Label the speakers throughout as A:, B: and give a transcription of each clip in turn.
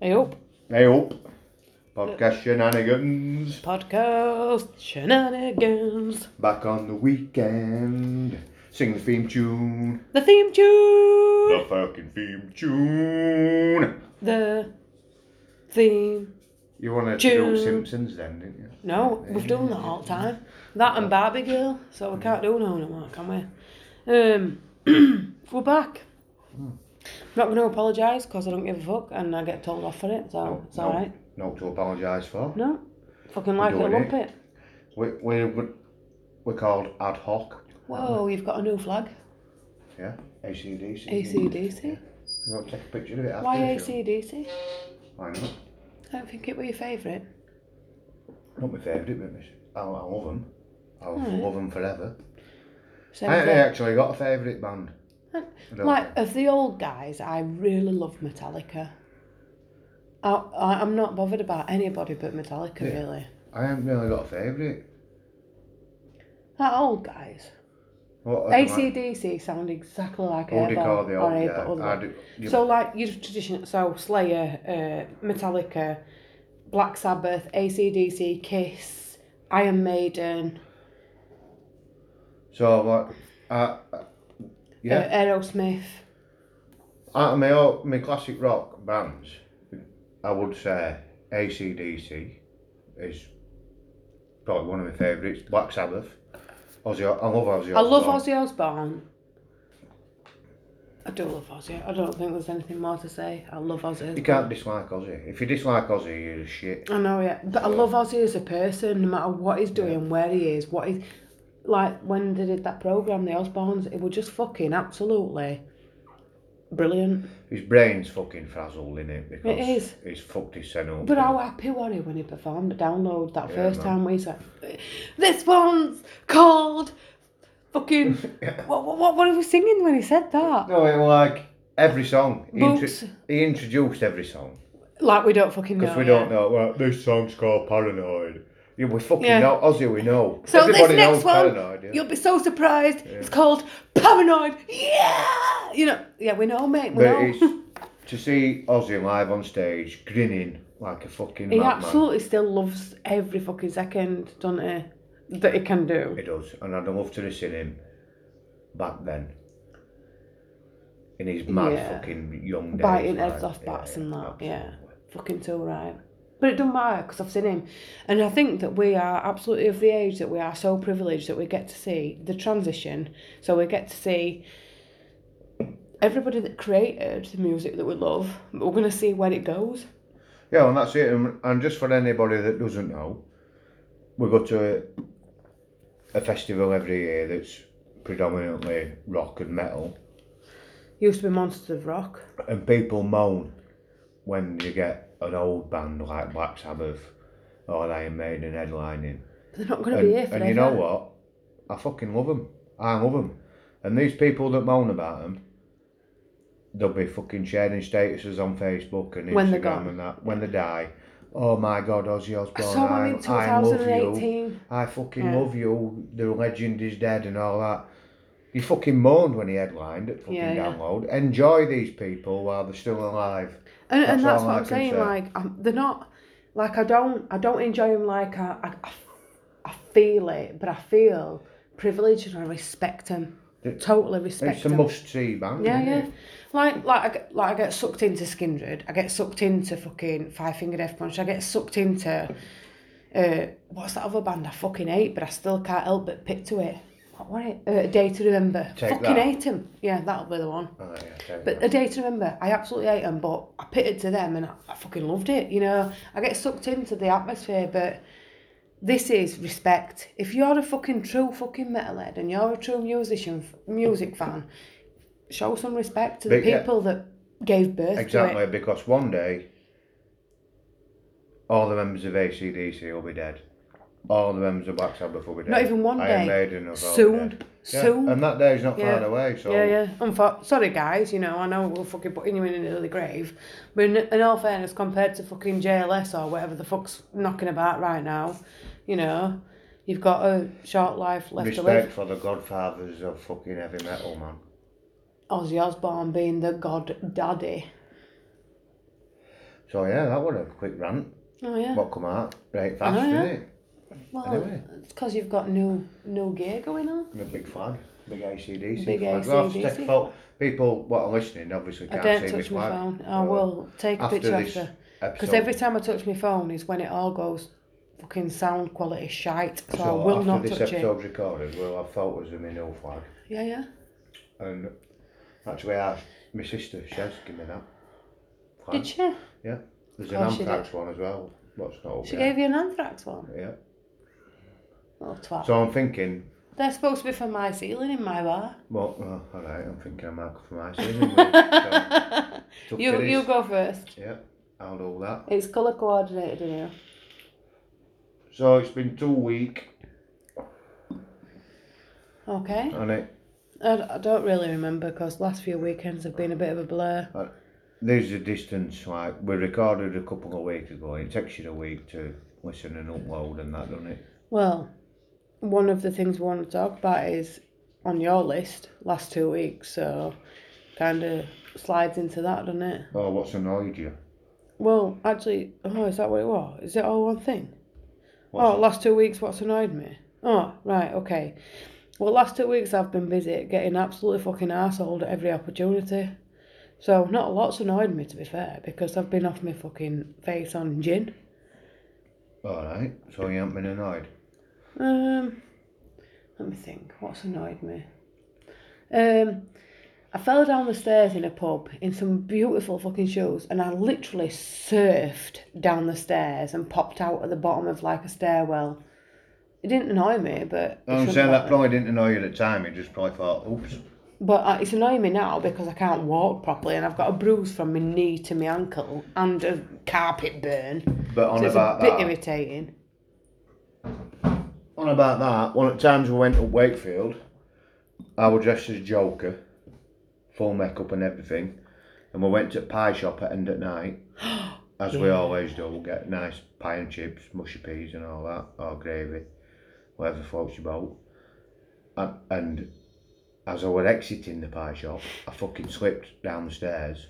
A: I hope.
B: I hope. oh. Podcast shenanigans.
A: Podcast shenanigans.
B: Back on the weekend. Sing the theme tune.
A: The theme tune.
B: The fucking theme tune.
A: The theme.
B: You wanted to do
A: Tune.
B: Simpsons then, didn't you?
A: No, we've done that all the time. That and Barbie Girl, so we can't do no no more, can we? Um, we're back. I'm not going to apologise because I don't give a fuck and I get told off for it, so it's
B: no,
A: alright.
B: No to apologise for.
A: No. Fucking like it,
B: doing
A: lump it.
B: We, we, we, we're called ad hoc.
A: Whoa, you've got a new flag.
B: Yeah. ACDC.
A: ACDC.
B: You want to take a picture of it after?
A: Why
B: if you-
A: ACDC?
B: Why not?
A: I don't think it were your favourite.
B: Not my favourite, but it's- I, I love them. I'll
A: Alright.
B: love them forever.
A: So
B: I
A: is
B: ain't
A: it-
B: actually got a favourite band.
A: Huh.
B: I don't
A: Like of the old guys, I really love Metallica. I, I I'm not bothered about anybody but Metallica
B: Yeah.
A: really.
B: I haven't really got a favourite.
A: That old guys.
B: What other man-
A: ACDC sound exactly like
B: Old
A: Airborne
B: Accord, the
A: or
B: old,
A: Air- other
B: yeah. I
A: one.
B: do, you,
A: So like your tradition, so Slayer, uh, Metallica, Black Sabbath, ACDC, Kiss, Iron Maiden, uh,
B: so what? I, I-
A: uh,
B: yeah,
A: Aerosmith. Uh,
B: out of my old, my classic rock bands, I would say ACDC is probably one of my favourites. Black Sabbath, Ozzy. O- I love Ozzy.
A: I love
B: Osbourne.
A: Ozzy Osbourne. I do love Ozzy. I don't think there's anything more to say. I love Ozzy.
B: You
A: Osbourne.
B: can't dislike Ozzy. If you dislike Ozzy, you're a shit.
A: I know, yeah. But I love Ozzy as a person, no matter what he's doing, where he is, what he's like when they did that programme, the Osbournes, it was just fucking absolutely brilliant.
B: His brain's fucking frazzled in it because
A: is.
B: he's fucked his son up.
A: But how happy were he when he performed the download that
B: Yeah,
A: first
B: man.
A: time where he's like, This one's called fucking what, what what what he was singing when he said that?
B: No, it like every song. He, intro-
A: Boots.
B: he introduced every song
A: Like we don't fucking know.
B: because we
A: yeah.
B: don't know. Well, this song's called Paranoid. Yeah, we fucking
A: Yeah.
B: know Ozzy. We know.
A: So
B: Everybody
A: this next
B: knows
A: one,
B: Paranoid. Yeah.
A: you'll be so surprised. It's called Paranoid. Yeah, you know, yeah, we know, mate. We
B: But
A: know.
B: it's to see Ozzy live on stage, grinning like a fucking
A: He
B: madman.
A: absolutely still loves every fucking second, don't he? That he can do.
B: He does, and I'd love to have seen him back then. In his mad
A: Yeah.
B: fucking young days,
A: Biting
B: like,
A: heads off bats and that, yeah.
B: absolutely.
A: Fucking so right. But it don't matter because I've seen him. And I think that we are absolutely of the age that we are so privileged that we get to see the transition. So we get to see everybody that created the music that we love, but we're going to see where it goes.
B: Yeah, and that's it. And, and just for anybody that doesn't know, we go to a, a festival every year that's predominantly rock and metal,
A: Used to be Monsters of Rock.
B: and people moan when you get an old band like Black Sabbath or Iron Maiden headlining.
A: They're not going to
B: And,
A: be here for
B: and you know what? I fucking love them. I love them. And these people that moan about them, they'll be fucking sharing statuses on Facebook and Instagram
A: When they're gone.
B: and that when they die. Oh my God, Ozzy
A: I
B: Osbourne!
A: saw one
B: I,
A: in
B: I love you.
A: 2018.
B: I fucking
A: Yeah.
B: love you. The legend is dead and all that. He fucking moaned when he headlined at fucking
A: Yeah, yeah.
B: download. Enjoy these people while they're still alive.
A: and,
B: That's
A: and
B: all
A: that's what
B: I
A: I'm
B: can
A: saying.
B: say.
A: Like I'm, they're not like I don't I don't enjoy them. Like I, I- I f- I feel it, but I feel privileged and I respect them.
B: It-
A: totally respect
B: It's a
A: them.
B: must-see band.
A: yeah,
B: isn't
A: yeah.
B: it?
A: Like, like, I get, like I get sucked into Skindred. I get sucked into fucking Five Finger Death Punch. I get sucked into uh, what's that other band I fucking hate, but I still can't help but pick to it. What were it? Uh, a Day to Remember.
B: Take
A: fucking
B: That.
A: hate 'em. Yeah, that'll be the one.
B: Oh, yeah, fair enough.
A: But a day to remember, I absolutely hate them, but I pitted to them and I, I fucking loved it. You know, I get sucked into the atmosphere, but this is respect. If you're a fucking true fucking metalhead and you're a true musician, music fan, show some respect to the
B: But, yeah.
A: people that gave birth
B: Exactly,
A: to it.
B: because one day all the members of ACDC will be dead. All the members of Black Sabbath will be dead.
A: Not even one day.
B: Iron Maiden will be
A: Soon.
B: dead.
A: Soon.
B: And that day is not
A: Yeah.
B: far away, so
A: Yeah, yeah. Unfor- sorry, guys. You know, I know we're fucking putting you in an early grave, but in, in all fairness, compared to fucking JLS or whatever the fuck's knocking about right now, you know, you've got a short life left to live.
B: respect for the godfathers of fucking heavy metal, man.
A: Ozzy Osbourne being the god daddy.
B: So yeah, that was a quick rant.
A: Oh yeah.
B: What come out right fast,
A: Oh, yeah.
B: didn't it?
A: Well,
B: Anyway,
A: it's because you've got no no gear going on.
B: and a big flag, big ACDC
A: Big
B: flag. Well, stick
A: AC/DC.
B: out- people what are listening obviously
A: I
B: can't
A: don't
B: see this
A: touch my
B: flag.
A: phone. I
B: So,
A: will take a
B: Uh, after
A: picture
B: this
A: after. Because
B: episode-
A: every time I touch my phone is when it all goes fucking sound quality shite. So, I
B: so
A: will
B: after
A: not
B: this
A: touch it.
B: episode's recorded, we'll have photos of my new flag.
A: Yeah, yeah.
B: And actually, I, my sister, she's given me that. Flag.
A: Did she?
B: Yeah. There's
A: Oh,
B: an
A: she
B: anthrax one as well. What's not over
A: She
B: yet.
A: gave you an anthrax one.
B: Yeah.
A: Oh twat.
B: So I'm thinking,
A: They're supposed to be for my ceiling in my bar.
B: well, oh, all right, I'm thinking I'm out for my season. so, took
A: you
B: it
A: you
B: is.
A: go first.
B: Yeah, I'll do that.
A: It's colour coordinated in here.
B: So it's been two week,
A: Okay.
B: and it
A: I, I don't really remember because last few weekends have been a bit of a blur.
B: there's a distance. Like we recorded a couple of weeks ago. It takes you a week to listen and upload and that, doesn't it?
A: Well, one of the things we want to talk about is on your list last two weeks, so kind of slides into that, doesn't it?
B: Oh, what's annoyed you?
A: Well, actually, oh, is that what it was? Is it all one thing?
B: What's
A: oh, last two weeks, what's annoyed me? Oh, right, okay. Well, last two weeks I've been busy getting absolutely fucking arseholed at every opportunity. So, not a lot's annoyed me, to be fair, because I've been off my fucking face on gin.
B: All right. So you haven't been annoyed.
A: Um, let me think. What's annoyed me? Um, I fell down the stairs in a pub in some beautiful fucking shoes, and I literally surfed down the stairs and popped out at the bottom of like a stairwell. It didn't annoy me, but it
B: I'm
A: shouldn't
B: saying that
A: have.
B: probably didn't annoy you at the time. You just probably thought, oops.
A: But uh, it's annoying me now because I can't walk properly, and I've got a bruise from my knee to my ankle and a carpet burn.
B: But on
A: So it's a
B: about
A: bit
B: that.
A: irritating.
B: On about that, one of the times we went to Wakefield, I was dressed as Joker, full makeup and everything, and we went to a pie shop at end at night, as we always do. We'll get nice pie and chips, mushy peas and all that, or gravy, whatever floats your boat. And, and as I was exiting the pie shop, I fucking slipped down the stairs,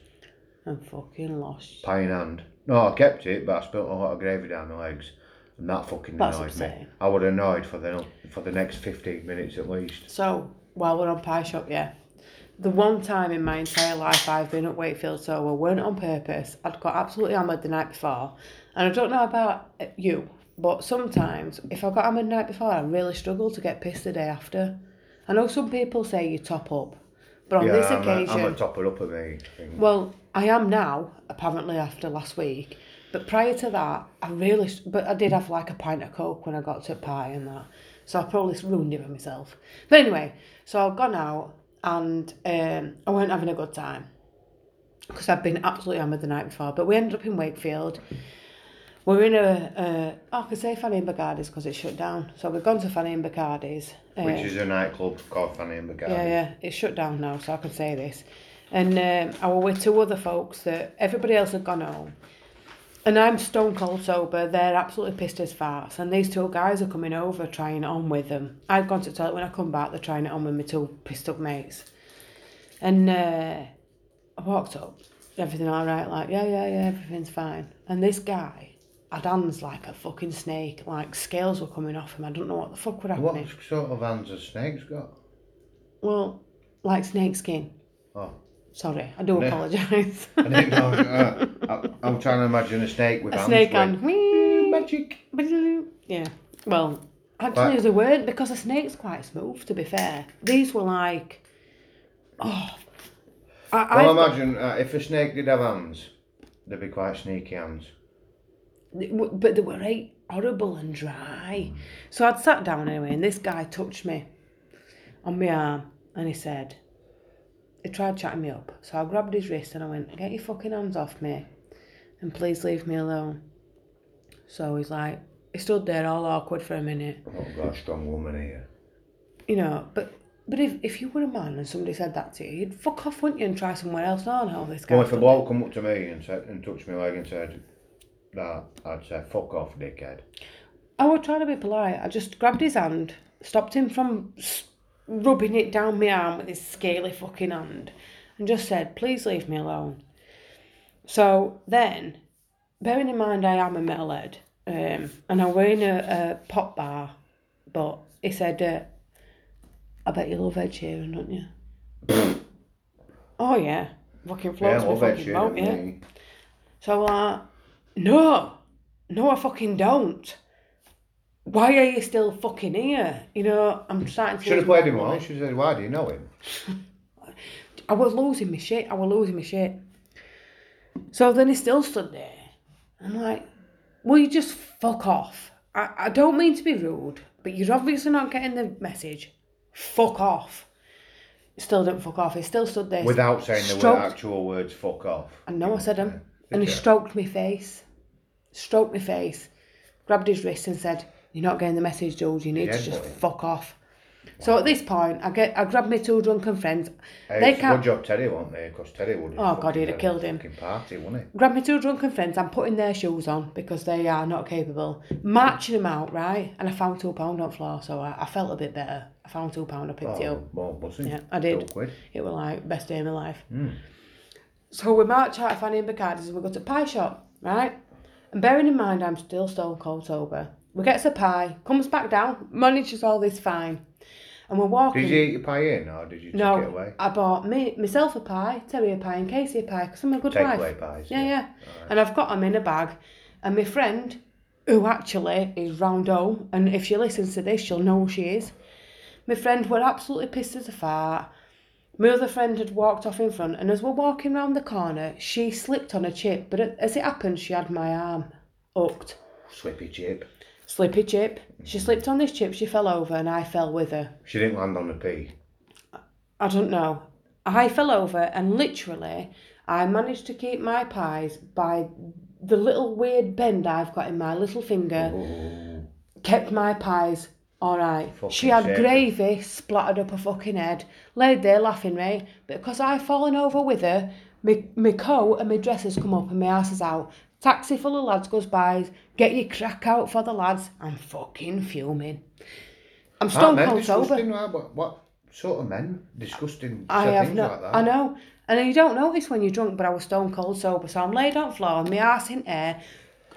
A: I'm fucking lost.
B: pie in hand. No, I kept it, but I spilt a lot of gravy down the legs. And that fucking
A: That's
B: annoyed me.
A: upsetting.
B: I was annoyed for the for the next fifteen minutes at least.
A: So while we're on pie shop, yeah, the one time in my entire life I've been at Wakefield sober weren't on purpose. I'd got absolutely hammered the night before, and I don't know about uh, you, but sometimes if I got hammered the night before, I really struggle to get pissed the day after. I know some people say you top up, but on
B: yeah,
A: this
B: I'm
A: occasion,
B: A, I'm a topper up of me. thing.
A: well, I am now, apparently after last week. But prior to that, I really, but I did have like a pint of coke when I got to pie and that. So I probably ruined it for myself. But anyway, so I've gone out and um, I weren't having a good time because I'd been absolutely hammered the night before. But we ended up in Wakefield. We We're in a, a oh, I could say Fanny and Bacardi's because it's shut down. So we've gone to Fanny and Bacardi's. um,
B: Which is a nightclub called Fanny and Bagari.
A: yeah, yeah, it's shut down now, so I can say this. And um, I were with two other folks that everybody else had gone home. And I'm stone cold sober, they're absolutely pissed as farts. And these two guys are coming over trying it on with them. I've gone to the toilet, when I come back, they're trying it on with my two pissed up mates. And uh, I walked up, everything all right, like, yeah, yeah, yeah, everything's fine. And this guy had hands like a fucking snake, like scales were coming off him. I don't know what the fuck were happening.
B: What sort of hands has snakes got?
A: Well, like snake skin.
B: Oh.
A: Sorry, I do
B: No.
A: apologise.
B: I didn't know. uh, I, I'm trying to imagine a snake with
A: a
B: hands.
A: snake
B: with-
A: hand. Whee!
B: Magic.
A: Badaloo. Yeah. Well, actually,
B: Right.
A: they weren't because the snake's quite smooth, to be fair. These were like. Oh. I,
B: Well,
A: I've got-
B: imagine uh, if a snake did have hands, they'd be quite sneaky hands.
A: They w- but they were right horrible and dry. So I'd sat down anyway, and this guy touched me on my arm, and he said, he tried chatting me up. So I grabbed his wrist and I went, "Get your fucking hands off me, and please leave me alone." So he's like, he stood there all awkward for a minute,
B: Oh, got a strong woman here.
A: you know, but. But if, if you were a man and somebody said that to you, you'd fuck off, wouldn't you, and try somewhere else? No, no, this guy.
B: Well, if a bloke come up to me and said and touched my leg and said that, I'd say fuck off, dickhead.
A: I was trying to be polite. I just grabbed his hand, stopped him from s- rubbing it down my arm with his scaly fucking hand, and just said, "Please leave me alone." So then bearing in mind I am a metalhead, um, and I were in a, a pop bar, but he said, uh, "I bet you love Ed Sheeran, don't you?" oh yeah, fucking
B: Yeah,
A: floats
B: I
A: me
B: love Ed
A: fucking boat,
B: Sheeran.
A: yeah.
B: me.
A: So I'm like, no, no, I fucking don't. Why are you still fucking here? You know, I'm starting to.
B: Should have
A: lose
B: played him
A: my-
B: on. She said, "Why do you know him?"
A: I was losing my shit. I was losing my shit. So then he still stood there. I'm like, will you just fuck off? I, I don't mean to be rude, but you're obviously not getting the message. Fuck off. Still didn't fuck off. He still stood there.
B: Without saying the word,
A: Stroked-
B: actual words, "fuck off."
A: I know I said him.
B: Yeah.
A: And he stroked my face. Stroked my face. Grabbed his wrist and said, You're not getting the message, George. You need
B: Yeah,
A: to just
B: boy.
A: fuck off. So at this point, I get I grabbed my two drunken friends.
B: Hey,
A: they
B: it's a
A: can't
B: Good job Teddy wasn't there, because Teddy would. have
A: Oh, God,
B: fucking
A: he'd have
B: had a
A: killed him.
B: Fucking party, wouldn't he?
A: Grab me two drunken friends, I'm putting their shoes on because they are not capable. Marching them out, right? And I found two pound on the floor, so I, I felt a bit better. I found two pound, I picked it up.
B: Oh, well, wasn't he?
A: Yeah, I did.
B: Two quid.
A: It was like best day of my life.
B: Hmm.
A: So we march out of Fanny and Bacardi's and we go to pie shop, right? And bearing in mind I'm still stone cold sober. We gets a pie, comes back down, manages all this fine. And we're walking.
B: Did you eat your pie in, or did you take it
A: No,
B: away?
A: I bought me myself a pie, Terry a pie, and Casey a pie because I'm a good
B: Take
A: wife.
B: away pies.
A: Yeah, yeah. And I've got them in a bag. And my friend, who actually is round home, and if she listens to this, she'll know who she is. My friend were absolutely pissed as a fart. My other friend had walked off in front, and as we're walking round the corner, she slipped on a chip. But as it happened, she had my arm hooked.
B: Slippy chip.
A: Slippy chip.
B: Mm.
A: She slipped on this chip, she fell over, and I fell with her.
B: She didn't land on the pea.
A: I don't know. I fell over and literally I managed to keep my pies by the little weird bend I've got in my little finger,
B: Ooh.
A: kept my pies all right. she
B: Fucking
A: had
B: shame.
A: gravy splattered up her fucking head, laid there laughing, right? Because I've fallen over with her, my, my coat and my dress has come up and my ass is out. Taxi full of lads goes by, get your crack out for the lads. I'm fucking fuming. I'm
B: Aren't
A: stone
B: men
A: cold sober.
B: disgusting? What, what, what sort of men? Disgusting.
A: I
B: said
A: have
B: things
A: no.
B: Like that.
A: I know, and you don't notice when you're drunk. But I was stone cold sober, so I'm laid on the floor, my ass in air,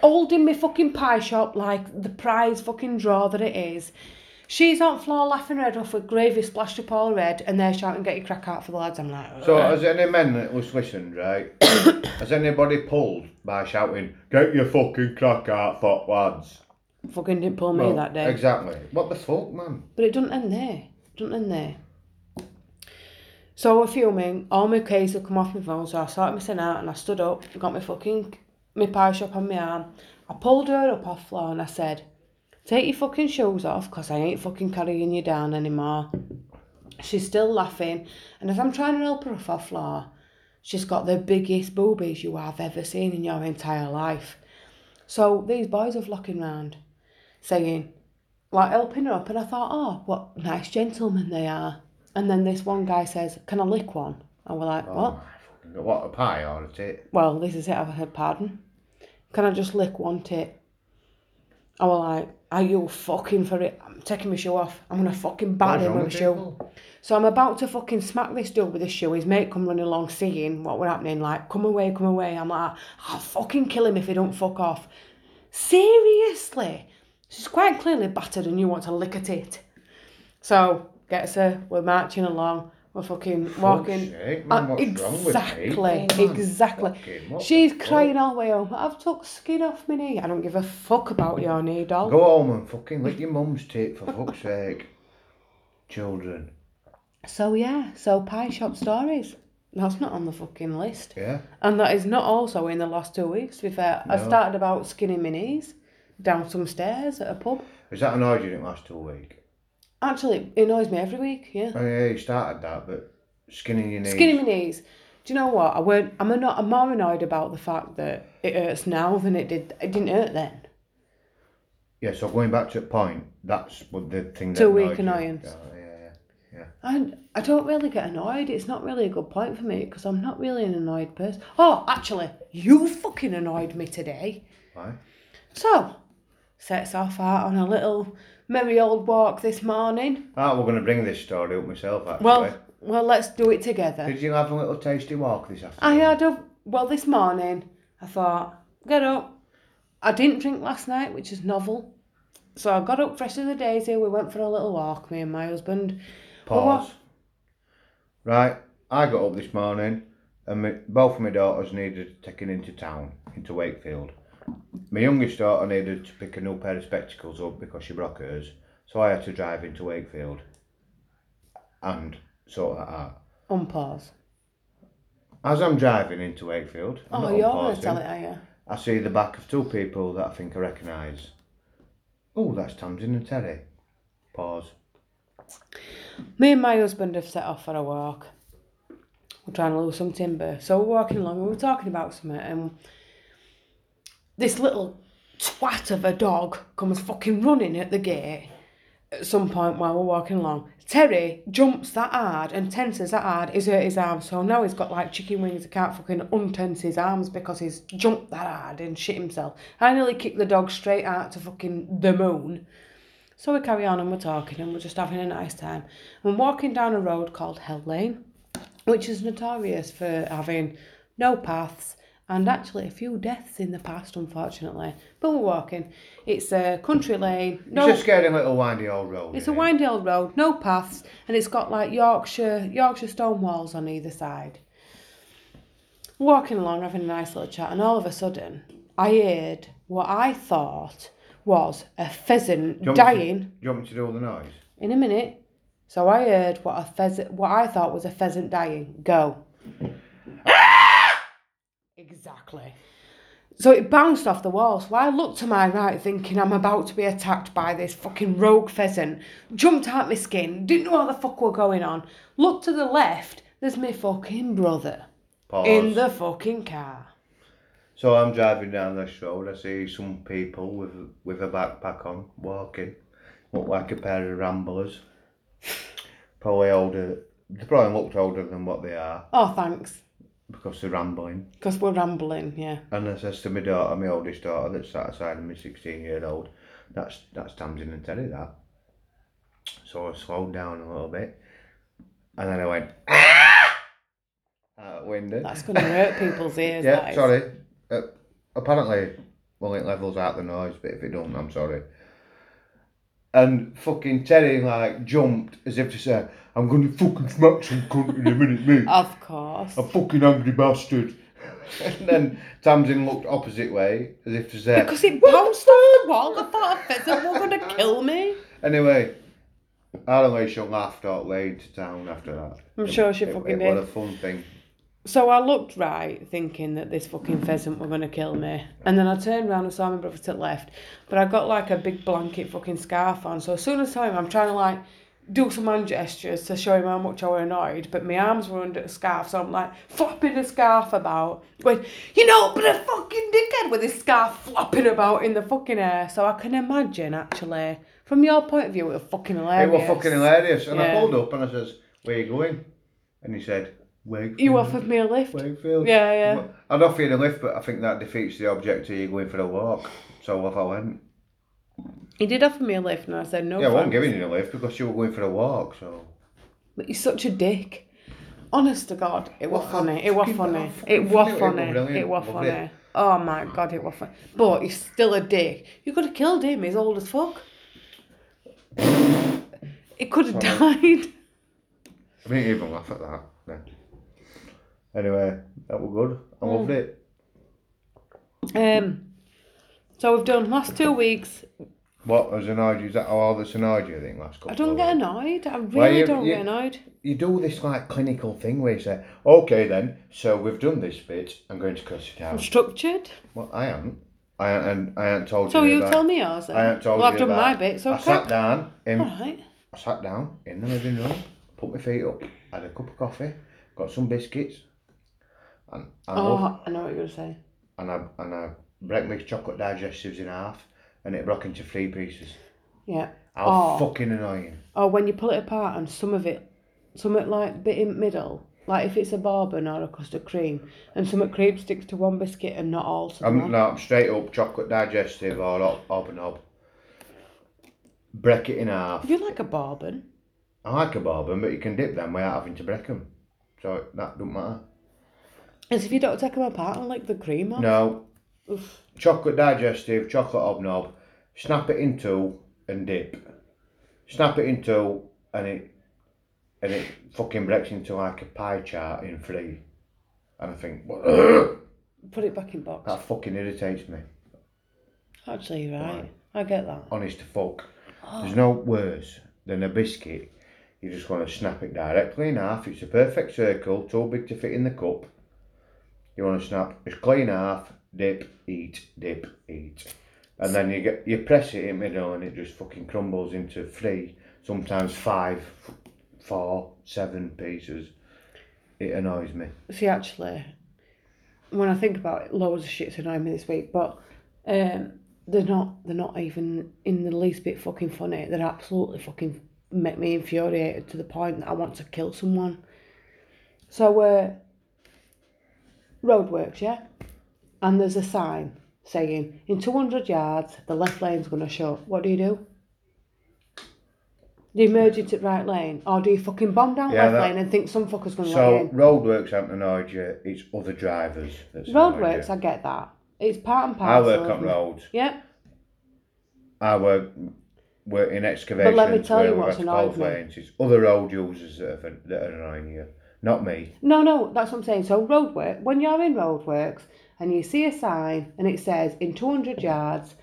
A: holding my fucking pie shop like the prize fucking draw that it is. She's on the floor laughing her head off with gravy splashed up all red, and they're shouting, "Get your crack out for the lads!" I'm like,
B: So,
A: "Ugh."
B: has any men that was listened, right? has anybody pulled by shouting, "Get your fucking crack out, fuck lads"?
A: fucking didn't pull me
B: Well,
A: that day.
B: Exactly. What the fuck, man?
A: But it doesn't end there. It doesn't end there. So we're fuming. All my keys had come off my phone, so I sorted myself out and I stood up, got my fucking my pie shop on my arm. I pulled her up off the floor and I said, Take your fucking shoes off, 'cause I ain't fucking carrying you down anymore. She's still laughing, and as I'm trying to help her off her floor, she's got the biggest boobies you have ever seen in your entire life. So these boys are flocking round, saying, like helping her up, and I thought, oh, what nice gentlemen they are. And then this one guy says, "Can I lick one?" And we're like,
B: Oh,
A: what?
B: my fucking God. What a pie or a tit?
A: Well, this is it. I've heard pardon. Can I just lick one tit? I was like, are you fucking for it? I'm taking my shoe off. I'm gonna fucking
B: What's
A: batter him with my
B: wrong with
A: shoe.
B: people?
A: So I'm about to fucking smack this dude with his shoe. His mate come running along, seeing what were happening. Like, come away, come away. I'm like, I'll fucking kill him if he don't fuck off. Seriously, she's quite clearly battered, and you want to lick at it. So gets her. We're marching along. We're fucking walking.
B: Fuck's sake,
A: Uh,
B: man, what's
A: exactly,
B: wrong with me?
A: exactly.
B: fucking what
A: She's
B: the fuck?
A: crying all the way home. I've took skin off my knee. I don't give a fuck about your knee, doll.
B: Go home and fucking lick your mum's tit for fuck's sake. Children.
A: So yeah, so pie shop stories. That's not on the fucking list.
B: Yeah.
A: And that is not also in the last two weeks. To be fair, I
B: No.
A: started about skinny my knees down some stairs at a pub.
B: Is that annoyed you didn't last all week?
A: Actually, it annoys me every week. Yeah,
B: Oh yeah, you started that, but skinning your knees.
A: skinny my knees. Do you know what? I weren't. I'm not. I'm more annoyed about the fact that it hurts now than it did. It didn't hurt then.
B: Yeah, so going back to the point, that's what the thing that
A: Two week
B: annoyed you.
A: annoyance.
B: Oh, yeah, yeah.
A: I, I don't really get annoyed. It's not really a good point for me because I'm not really an annoyed person. Oh, actually, you fucking annoyed me today.
B: Why?
A: So, sets off out on a little merry old walk this morning.
B: Ah, we're going to bring this story up myself, actually.
A: Well, well, let's do it together.
B: Did you have a little tasty walk this afternoon?
A: I had a well this morning. I thought, get up, I didn't drink last night, which is novel. So I got up fresh as a daisy. We went for a little walk, me and my husband. Well, what-
B: Pause. Right, I got up this morning and my, both of my daughters needed taking into town, into Wakefield. My youngest daughter needed to pick a new pair of spectacles up because she broke hers, so I had to drive into Wakefield and sort that out.
A: Unpause.
B: As I'm driving into Wakefield, I'm
A: Oh,
B: not
A: you're going to
B: unpausing,
A: tell it, are you?
B: I see the back of two people that I think I recognise. Oh, that's Tamsin and Terry. Pause.
A: Me and my husband have set off for a walk. We're trying to lose some timber. So we're walking along and we're talking about something and this little twat of a dog comes fucking running at the gate at some point while we're walking along. Terry jumps that hard and tenses that hard, he's hurt his arm. So now he's got like chicken wings, he can't fucking untense his arms because he's jumped that hard and shit himself. I nearly kicked the dog straight out to fucking the moon. So we carry on and we're talking and we're just having a nice time. I'm walking down a road called Hell Lane, which is notorious for having no paths and actually a few deaths in the past, unfortunately. But we're walking. It's a country lane. No,
B: It's a scary little windy old road.
A: it's
B: it
A: a
B: is.
A: windy old road, no paths, and it's got like Yorkshire Yorkshire stone walls on either side. Walking along, having a nice little chat, and all of a sudden, I heard what I thought was a pheasant
B: Do you want me to-
A: dying
B: Do you want me to do all the noise?
A: in a minute. So I heard what a pheasant, what I thought was a pheasant dying. Go. exactly. So it bounced off the wall. So I looked to my right, thinking I'm about to be attacked by this fucking rogue pheasant. Jumped out my skin. Didn't know what the fuck were going on. Looked to the left. There's my fucking brother
B: Pause.
A: in the fucking car.
B: So I'm driving down this road. I see some people with with a backpack on walking, look like a pair of ramblers. Probably older. They probably looked older than what they are
A: Oh, thanks.
B: because they're rambling.
A: Because we're rambling, yeah.
B: And I says to my daughter, my oldest daughter, that's sat aside of me, sixteen year old, that's that's Tamsin and Terry that. So I slowed down a little bit, and then I went ah! out the window.
A: That's going to hurt people's ears. that
B: Yeah,
A: is.
B: sorry. Uh, apparently, well, it levels out the noise, but if it don't, I'm sorry. And fucking Terry like jumped as if to say, "I'm going to fucking smack some cunt in a minute, mate.
A: Of course.
B: A fucking angry bastard." and then Tamsin looked opposite way as if to say,
A: Because it bounced off the wall. I thought a pheasant were going to kill me.
B: "Anyway." Our relation laughed all the way into town after that.
A: I'm sure she
B: It-
A: fucking
B: It
A: did.
B: was a fun thing.
A: So I looked right, thinking that this fucking pheasant were going to kill me. And then I turned round and saw my brother to the left. But I got like a big blanket fucking scarf on. So as soon as I saw him, I'm trying to like do some hand gestures to show him how much I were annoyed. But my arms were under the scarf. So I'm like flopping the scarf about. Going, you know, but a fucking dickhead with his scarf flopping about in the fucking air. So I can imagine actually, from your point of view, it was fucking
B: It
A: hilarious.
B: was fucking hilarious. And
A: Oh, Yeah.
B: I pulled up and I says, "Where you going?" And he said, "Wakefield."
A: You offered me a lift.
B: Wakefield.
A: Yeah, yeah.
B: I'd offer you the lift, but I think that defeats the object of you going for a walk. So off I went.
A: He did offer me a lift, and I said no.
B: Yeah, I
A: thanks.
B: wasn't giving you the lift because you were going for a walk. So
A: But he's such a dick. Honest to God, it was
B: Well,
A: funny.
B: I
A: It was
B: fucking- I
A: funny.
B: fucking
A: It was
B: fucking
A: funny.
B: it was brilliant.
A: It was
B: Loved it.
A: funny. Oh my God, it was funny. But he's still a dick. You could have killed him. He's old as fuck. It could have died.
B: I didn't even laugh at that. No. Anyway, that was good. I
A: Hmm.
B: loved it.
A: Um. So we've done last two weeks.
B: What has annoyed you? Is that all that's annoyed you? I think last couple.
A: I don't
B: of
A: get
B: weeks?
A: annoyed. I really
B: Well, you-
A: don't
B: you-
A: get annoyed.
B: You do this like clinical thing where you say, "Okay, then, so we've done this bit. I'm going to cut it
A: I'm
B: out."
A: structured.
B: Well, I haven't. I haven't. I haven't told
A: So
B: you.
A: you
B: about-
A: tell me yours then.
B: I haven't told
A: well,
B: you
A: I've done
B: about-
A: my bit. So
B: I sat down in
A: all right.
B: I sat down in the living room, put my feet up, had a cup of coffee, got some biscuits, and and, love-
A: Oh, I know what you're gonna say.
B: and I and I break my chocolate digestives in half, and it broke into three pieces.
A: Yeah.
B: How
A: Oh.
B: fucking annoying!
A: or when you pull it apart and some of it, some of it like bit in the middle, like if it's a bourbon or a custard cream, and some of the cream sticks to one biscuit and not all to the
B: I'm
A: one.
B: no, I'm straight up chocolate digestive or hob- hobnob. Break it in half.
A: You like a bourbon?
B: I like a bourbon, but you can dip them without having to break them, so that don't matter.
A: As if you don't take them apart and lick the cream off.
B: No,
A: Oof.
B: Chocolate digestive, chocolate hobnob. Snap it in two and dip. Snap it in two and it and it fucking breaks into like a pie chart in three. And I think what
A: Put it back in box.
B: that fucking irritates me.
A: Actually, you're right.
B: Right.
A: I get that.
B: Honest to fuck. There's no worse than a biscuit. You just want to snap it directly in half. It's a perfect circle, too big to fit in the cup. You want to snap it's clean half, dip, eat, dip, eat, and then you get you press it in middle and it just fucking crumbles into three, sometimes five, f- four, seven pieces. It annoys me.
A: See, actually, when I think about it, loads of shit's annoyed me this week, but um, they're not. They're not even in the least bit fucking funny. They're absolutely fucking make me infuriated to the point that I want to kill someone. So, uh, roadworks, yeah, and there's a sign saying in two hundred yards the left lane's gonna shut. What do you do? Do you merge into right lane, or do you fucking bomb down
B: Yeah,
A: left
B: that-
A: lane and think some fucker's gonna let you
B: So
A: in?
B: roadworks haven't annoyed you. It's other drivers that's annoyed
A: Roadworks,
B: you.
A: I get that. It's part and
B: I
A: parcel.
B: work on
A: of-
B: roads.
A: Yeah,
B: I work, work Ah, in excavations.
A: But let me tell
B: where
A: you
B: we
A: what's
B: have to call
A: annoyed me.
B: lanes. It's other road users that are, that are annoying you, not me.
A: no, no, that's what I'm saying. So roadwork, when you're in roadworks and you see a sign and it says in 200 yards,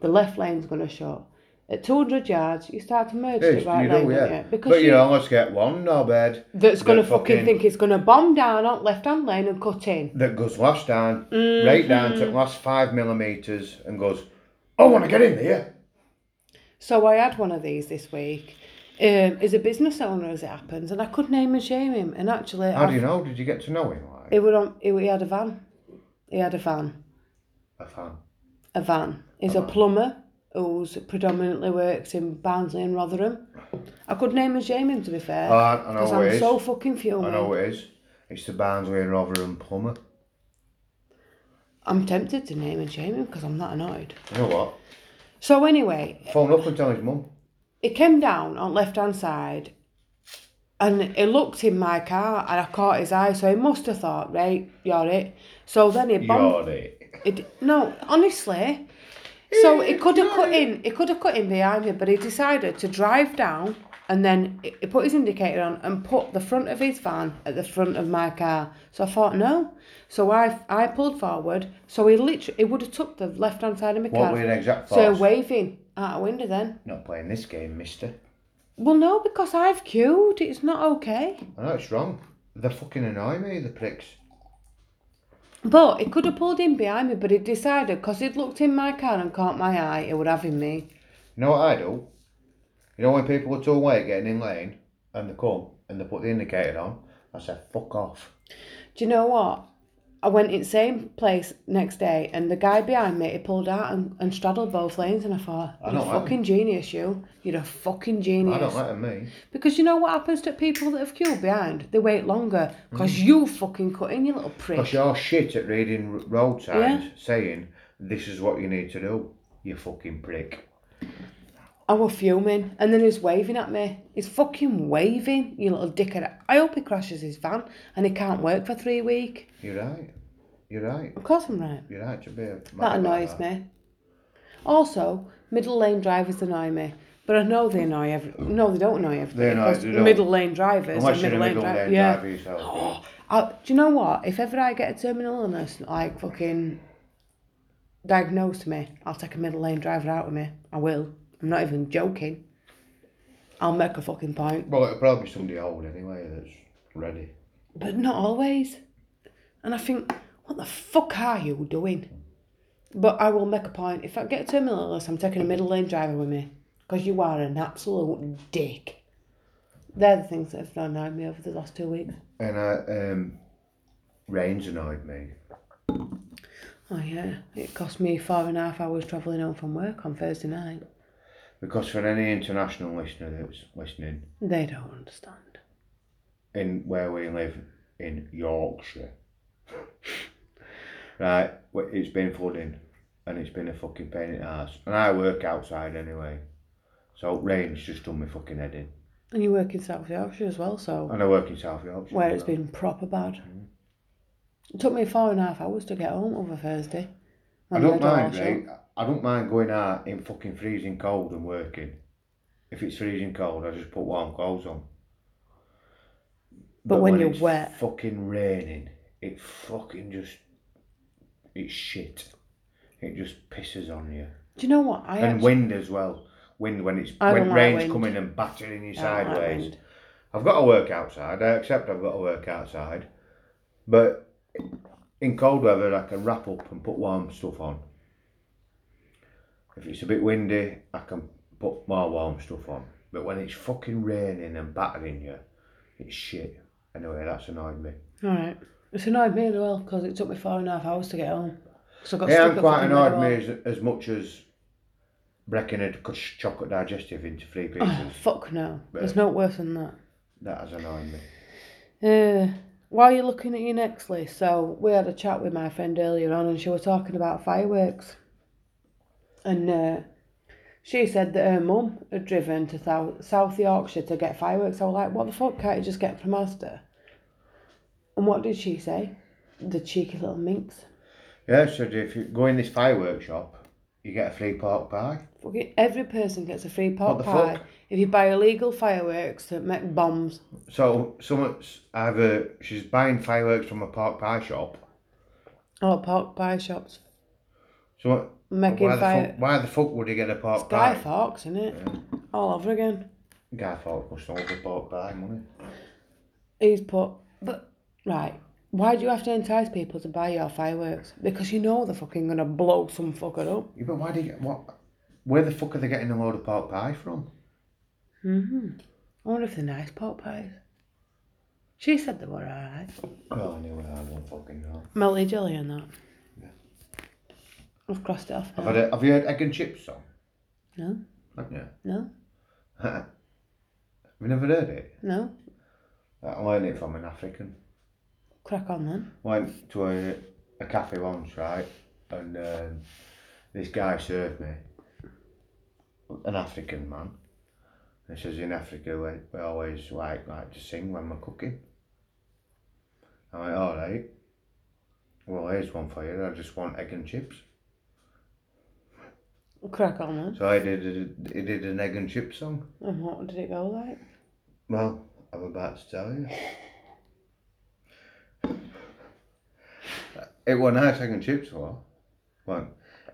A: the left lane's going to shut. At 200 yards, you start to merge
B: Yes,
A: the right
B: you
A: lane,
B: do,
A: don't
B: yeah.
A: you? Because
B: But
A: you,
B: you almost get one knobhead
A: that's going to
B: that
A: fucking
B: fucking-
A: think it's going to bomb down on left hand lane and cut in.
B: that goes last down,
A: Mm-hmm.
B: right down to the last five millimetres and goes, I want to get in there.
A: So I had one of these this week. Um, is a business owner as it happens, and I could name and shame him. And actually,
B: How
A: I-
B: do you know? Did you get to know him? Like,
A: he, were on, he, he had a van. He had a van.
B: a fan.
A: a van. He's a plumber who's predominantly works in Barnsley and Rotherham. I could name and shame him to be fair.
B: Oh, I, I
A: Because
B: know who it
A: I'm
B: is.
A: so fucking fuming.
B: I know who it is. It's the Barnsley and Rotherham plumber.
A: I'm tempted to name and shame him because I'm that annoyed.
B: You know what?
A: So anyway,
B: Phone up and tell his mum.
A: he came down on left hand side and he looked in my car and I caught his eye, so he must have thought, right, you're it. So then he bombed
B: You're it.
A: It, no, honestly. So it could have cut in. It could have cut in behind me, but he decided to drive down and then he he put his indicator on and put the front of his van at the front of my car. So I thought no. So I I pulled forward. So he literally he would have took the left hand side of my
B: What
A: car.
B: were your exact
A: so
B: thoughts?
A: waving out a window then.
B: Not playing this game, mister.
A: Well, no, because I've queued. It's not okay.
B: I know it's wrong. They fucking annoy me, the pricks.
A: But he could have pulled in behind me, but he decided because he'd looked in my car and caught my eye, he would have him me.
B: You know what I do? You know when people are too late getting in lane and they come and they put the indicator on? I say, fuck off.
A: Do you know what? I went in same place next day, and the guy behind me he pulled out and, and straddled both lanes, and I thought,
B: I
A: "You're a
B: don't like
A: fucking genius, you! You're a fucking genius."
B: I don't let them me.
A: because you know what happens to people that have queued behind? They wait longer
B: Mm.
A: because you fucking cut in, you little
B: Because
A: prick.
B: you're shit at reading r- road signs
A: Yeah.
B: saying, this is what you need to do, you fucking prick.
A: I was fuming, and then he's waving at me. He's fucking waving, you little dickhead. I hope he crashes his van and he can't work for three weeks.
B: You're right. You're right.
A: Of course I'm right.
B: You're right to be a mad
A: That
B: about
A: annoys
B: that.
A: me. Also, middle lane drivers annoy me, but I know they annoy every. No, they don't annoy everybody.
B: They annoy-
A: because
B: they don't.
A: Middle lane drivers. and
B: Unless you're a
A: middle lane
B: middle
A: dri-
B: lane
A: yeah.
B: driver yourself.
A: Oh, I- do you know what? If ever I get a terminal illness, like fucking diagnosed me, I'll take a middle lane driver out with me. I will. I'm not even joking. I'll make a fucking point,
B: Well, it'll probably be somebody old anyway that's ready.
A: but not always. And I think, what the fuck are you doing? But I will make a point. If I get a terminal illness, I'm taking a middle lane driver with me. Because you are an absolute dick. They're the things that have annoyed me over the last two weeks.
B: And I, um, rain's annoyed me.
A: Oh, yeah. It cost me four and a half hours travelling home from work on Thursday night.
B: Because for any international listener that's listening,
A: They don't understand.
B: in where we live in Yorkshire. right, w- it's been flooding and it's been a fucking pain in the ass. And I work outside anyway, so rain's just done me fucking head in.
A: And you work in South Yorkshire as well, so
B: And I Mm. work in South Yorkshire.
A: where it's
B: as well.
A: been proper bad. It took me four and a half hours to get home over Thursday.
B: I
A: And
B: don't
A: the door
B: mind,
A: shut.
B: mate. I don't mind going out in fucking freezing cold and working. If it's freezing cold, I just put warm clothes on.
A: But when you're
B: it's
A: wet.
B: fucking raining, it fucking just, it's shit. It just pisses on you.
A: Do you know what? I
B: and
A: actually,
B: wind as well. Wind when it's
A: I
B: when
A: don't like
B: rain's
A: wind.
B: coming and battering you
A: I don't like
B: sideways.
A: wind.
B: I've got to work outside. I accept I've got to work outside, but in cold weather I can wrap up and put warm stuff on. If it's a bit windy, I can put more warm stuff on. But when it's fucking raining and battering you, it's shit. Anyway, that's annoyed me.
A: All right. It's annoyed me as well because it took me four and a half hours to get home. So I got
B: Yeah,
A: stuck
B: I'm
A: at
B: quite
A: fucking
B: annoyed
A: Meadowhall.
B: me as, as much as Breckenhead cut chocolate digestive into three pieces.
A: Oh, fuck no. There's no worse than that.
B: That has annoyed me.
A: Uh, while you're looking at your next list, so we had a chat with my friend earlier on, and she was talking about fireworks, and uh, she said that her mum had driven to South, South Yorkshire to get fireworks. I was like, "What the fuck? Can't you just get from Asda?" And what did she say? The cheeky little minx.
B: Yeah, so if you go in this fireworks shop, you get a free pork pie.
A: Fucking every person gets a free
B: What
A: pot
B: the
A: pie
B: fuck?
A: if you buy illegal fireworks that make bombs.
B: So someone's either she's buying fireworks from a pork pie shop.
A: Oh, pork pie shops
B: So
A: making
B: why the
A: fire.
B: fuck, why the fuck would he get a pork
A: Guy
B: pie?
A: Fawkes, innit? All over again.
B: Guy Fawkes must know the pork pie money.
A: he's put, but right, why do you have to entice people to buy your fireworks? Because you know they're fucking gonna blow some fucker up.
B: Yeah, but why do you get what? Where the fuck are they getting a load of pork pie from?
A: I wonder if they're nice pot pies. She said they were alright.
B: Well, anyway, I don't fucking know.
A: Melty jelly and that. I've crossed it off now.
B: Have, had a, have you heard egg and chips song?
A: No,
B: Haven't you?
A: no,
B: Have you never heard it?
A: no.
B: I learned it from an African.
A: Crack on then.
B: went to a, a cafe once, right? And um, this guy served me, an African man. And he says in Africa we, we always like like to sing when we're cooking. I went, all right. Well, here's one for you. I just want egg and chips.
A: Crack on then.
B: So I did. A, he did an egg and chip song.
A: And what did it go like?
B: Well, I'm about to tell you. Uh, It was nice egg and chips, well. One.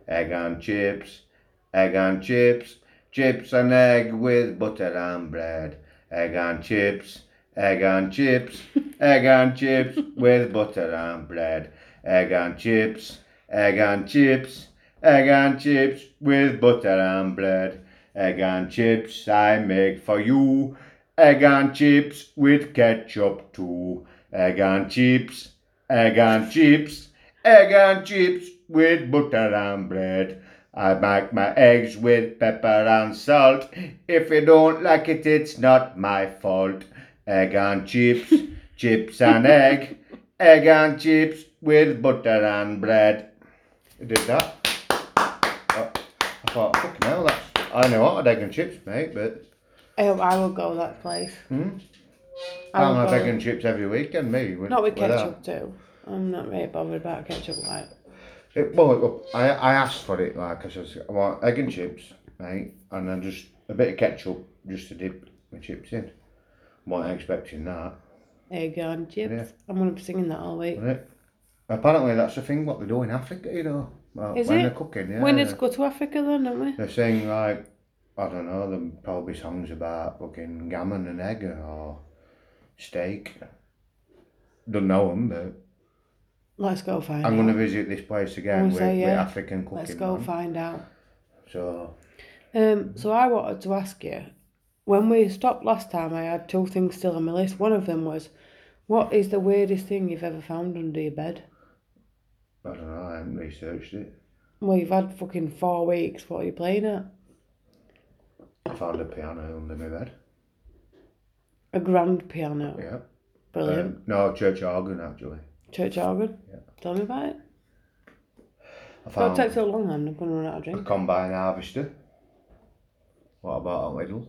B: Egg and chips, egg and chips, chips and egg with butter and bread. Egg and chips, egg and chips, egg and chips with butter and bread. Egg and chips, egg and chips, egg and chips with butter and bread. Egg and chips I make for you. Egg and chips with ketchup too. Egg and chips, egg and chips, egg and chips with butter and bread. I make my eggs with pepper and salt. If you don't like it, it's not my fault. Egg and chips, chips and egg, egg and chips with butter and bread. You did that? I I thought, fucking hell, that's, I know what egg and chips, mate, but.
A: I hope I will go that place.
B: Hmm?
A: I
B: I'll
A: will
B: have
A: go.
B: egg and chips every weekend, me. With,
A: Oh, Not with
B: that.
A: ketchup too. I'm not really bothered about ketchup like.
B: It, well, look, I, I asked for it, like I said, I want egg and chips, mate, and then just a bit of ketchup just to dip my chips in. wasn't expecting that,
A: Egg and chips. I'm gonna be singing that all week.
B: was it? Apparently, that's the thing what they do in Africa, you know. Well,
A: Is
B: when
A: it?
B: they're cooking, yeah.
A: We need to go to Africa then, don't we?
B: They're saying, like, I don't know, there probably songs about fucking gammon and egg or steak. Don't know 'em, but
A: Let's go find
B: I'm
A: out.
B: going to visit this place again
A: gonna
B: with,
A: say,
B: with
A: yeah.
B: African cooking.
A: Let's go
B: man.
A: find out.
B: So,
A: Um, so I wanted to ask you, when we stopped last time, I had two things still on my list. One of them was, what is the weirdest thing you've ever found under your bed?
B: I don't know, I haven't researched it.
A: Well, you've had fucking four weeks. What are you playing at?
B: I found a piano under my bed.
A: A grand piano.
B: Yeah.
A: Oh, Brilliant.
B: Um, no, church organ actually.
A: Church organ.
B: yeah.
A: Tell me about it.
B: I
A: Don't
B: found
A: take so long, then. I'm going to run out of
B: a
A: drink.
B: combine harvester. What about a Lidl?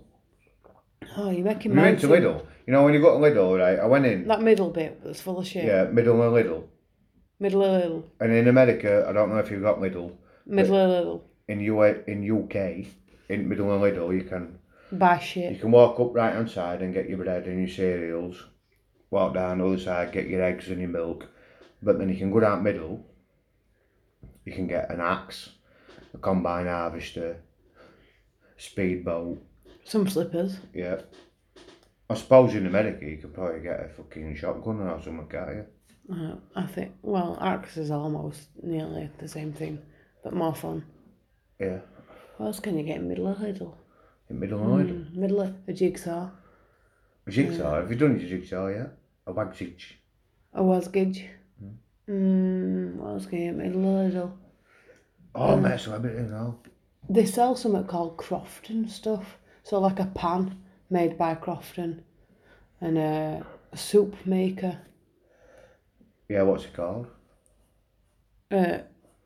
A: Oh, you're making
B: We went to
A: sing-
B: Lidl. You know when you go to Lidl, right? I went in.
A: That middle bit that's full of shit.
B: Yeah, middle and Lidl.
A: Middle Little.
B: And in America, I don't know if you've got middle.
A: Middle Little.
B: In U in UK, in middle and little, you can
A: Buy
B: you
A: shit.
B: can walk up right hand side and get your bread and your cereals. Walk down the other side, get your eggs and your milk. But then you can go down middle. You can get an axe, a combine harvester, speedboat.
A: Some slippers.
B: Yeah. I suppose in America you could probably get a fucking shotgun or something, can't you?
A: Uh, I think, well, Axe is almost nearly the same thing, but more fun.
B: Yeah.
A: What else can you get in Middle Little?
B: In middle and little.
A: Mm, middle of a jigsaw,
B: A jigsaw. Have you done your jigsaw yet? A wag jig.
A: a wasgage. Mm, what else can you get in Middle Little?
B: Oh, mess with it, you know.
A: They sell something called Crofton stuff. So like a pan made by Crofton, and a, a soup maker.
B: Yeah, what's it called?
A: Uh,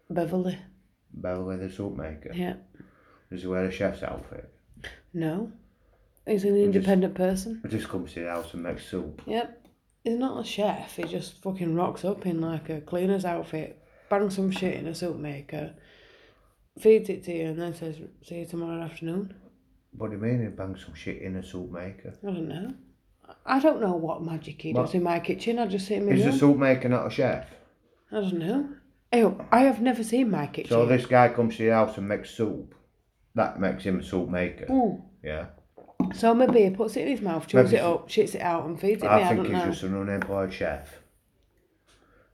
A: Beverly.
B: Beverly the soap maker.
A: Yeah.
B: Does he wear a chef's outfit?
A: No. He's an independent person.
B: He just comes to the house and makes soup.
A: Yep. He's not a chef. He just fucking rocks up in like a cleaner's outfit, bangs some shit in a soup maker, feeds it to you, and then says, "See you tomorrow afternoon."
B: What do you mean he bangs some shit in a soap maker?
A: I don't know. I don't know what magic he does
B: What?
A: in my kitchen. I just sit in my
B: Is the
A: room.
B: soap maker not a chef?
A: I don't know. Oh, I have never seen my kitchen.
B: So this guy comes to the house and makes soup. That makes him a soap maker.
A: Mm.
B: Yeah.
A: So maybe he puts it in his mouth, chews
B: Maybe
A: it up, shits it out, and feeds it me.
B: I
A: I
B: think
A: don't
B: he's
A: know.
B: just an unemployed chef.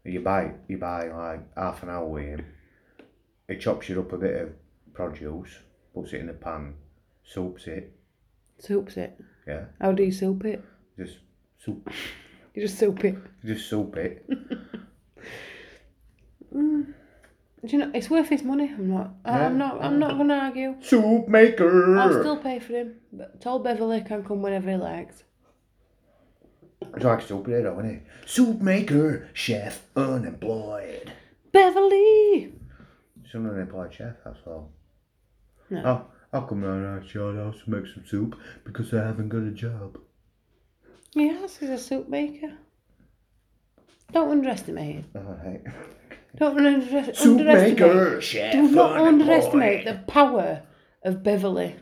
B: You buy you buy like half an hour with him. He chops you up a bit of produce, puts it in a pan, soaps it.
A: Soups it.
B: Yeah,
A: How do you soup it?
B: just soup,
A: You just soup it.
B: just soap it.
A: Do you know? It's worth his money. I'm not.
B: Yeah.
A: I'm not. I'm not gonna argue.
B: Soup maker.
A: I'll still pay for him. But told Beverly can come whenever he likes.
B: It's like soap it, though, isn't it? Soup maker, chef, unemployed.
A: Beverly.
B: It's an unemployed chef. That's all.
A: No.
B: I'll, I'll come round and your house and make some soup because I haven't got a job.
A: Yes, he's a soup maker. Don't underestimate. him.
B: All right.
A: Don't under-
B: Soup
A: Oh, underestimate.
B: maker, chef.
A: Do not
B: unemployed.
A: underestimate the power of Beverly.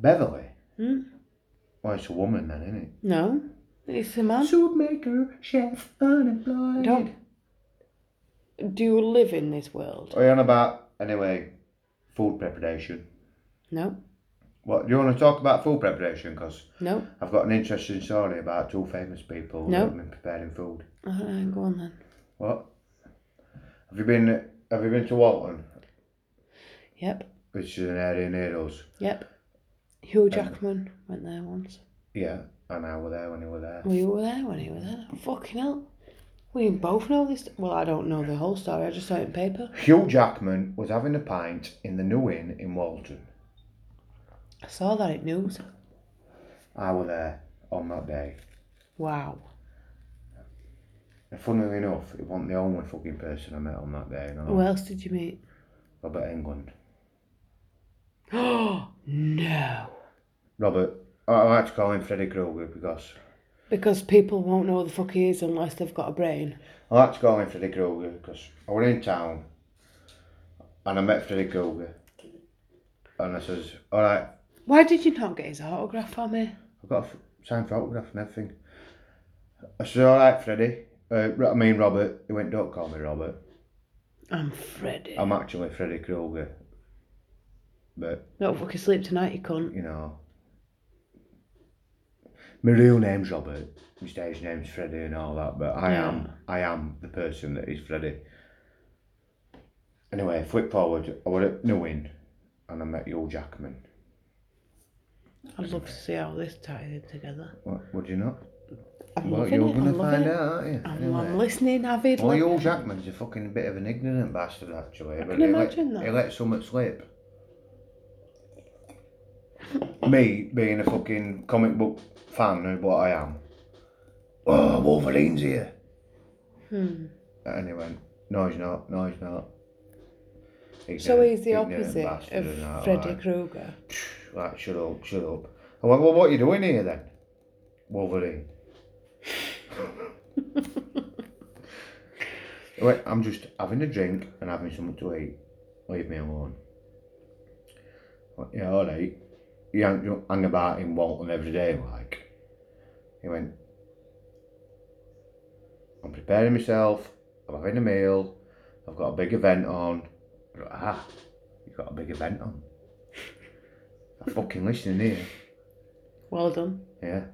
B: Beverly.
A: Hmm?
B: Well, it's a woman then, isn't it?
A: No, it's a man.
B: Soup maker, chef, unemployed.
A: Don't. Do you live in this world?
B: Are you on about anyway? Food preparation.
A: No,
B: What do you want to talk about food preparation? Because
A: no.
B: I've got an interesting story about two famous people
A: No.
B: who've been preparing food.
A: Uh, go on then.
B: What? Have you been? Have you been to Walton,
A: Yep,
B: which is an area near us?
A: yep. Hugh Jackman went there once.
B: Yeah, and I were there when you were there.
A: We were there when he was there. Fucking hell. We both know this. Well, I don't know the whole story. I just saw it in paper.
B: Hugh Jackman was having a pint in the New Inn in Walton.
A: I saw that in news.
B: I were there on that day.
A: Wow.
B: And funnily enough, it wasn't the only fucking person I met on that day. No,
A: Who else did you meet?
B: Robert England.
A: Oh no.
B: Robert, I I like to call him Freddy Krueger because
A: Because people won't know who the fuck he is unless they've got a brain.
B: I like to call him Freddy Krueger because I was in town and I met Freddy Krueger. And I says, all right,
A: Why did you not get his autograph for me?
B: I've got a f- signed photograph and everything. I said, all right, Freddie. Uh, Ro- I mean, Robert. He went, don't call me Robert.
A: I'm Freddy.
B: I'm actually Freddy Krueger. But,
A: Don't fucking sleep tonight, you cunt.
B: you know, my real name's Robert. My stage name's Freddie and all that. But
A: Hmm.
B: I am, I am the person that is Freddie. Anyway, flip forward. I was at Newin and I met Hugh Jackman.
A: I'd love to see how this ties in together.
B: What, what do you know?
A: I'm
B: Well,
A: loving
B: you're
A: it.
B: going
A: I'm
B: to
A: loving
B: find
A: it.
B: out, aren't you?
A: I'm,
B: Anyway.
A: I'm listening avidly.
B: Well, Joel Jackman's a fucking bit of an ignorant bastard, actually. I
A: can imagine
B: let,
A: that.
B: He lets something slip. Me being a fucking comic book fan of what I am. Oh, Wolverine's here.
A: Hmm.
B: And he went, no, he's not, no, he's not.
A: So
B: Ignorant-
A: he's the
B: ignorant
A: opposite
B: bastard and
A: of
B: that,
A: Freddy
B: like,
A: Krueger.
B: Like, shut up, shut up. I went, well, what are you doing here then? Wolverine. Wait, I'm just having a drink and having something to eat. Leave me alone. Went, yeah, all right. You hang, you hang about in Walton every day, like. He went, I'm preparing myself. I'm having a meal. I've got a big event on. I go, ah, you've got a big event on. I'm fucking listening here.
A: Well done.
B: Yeah.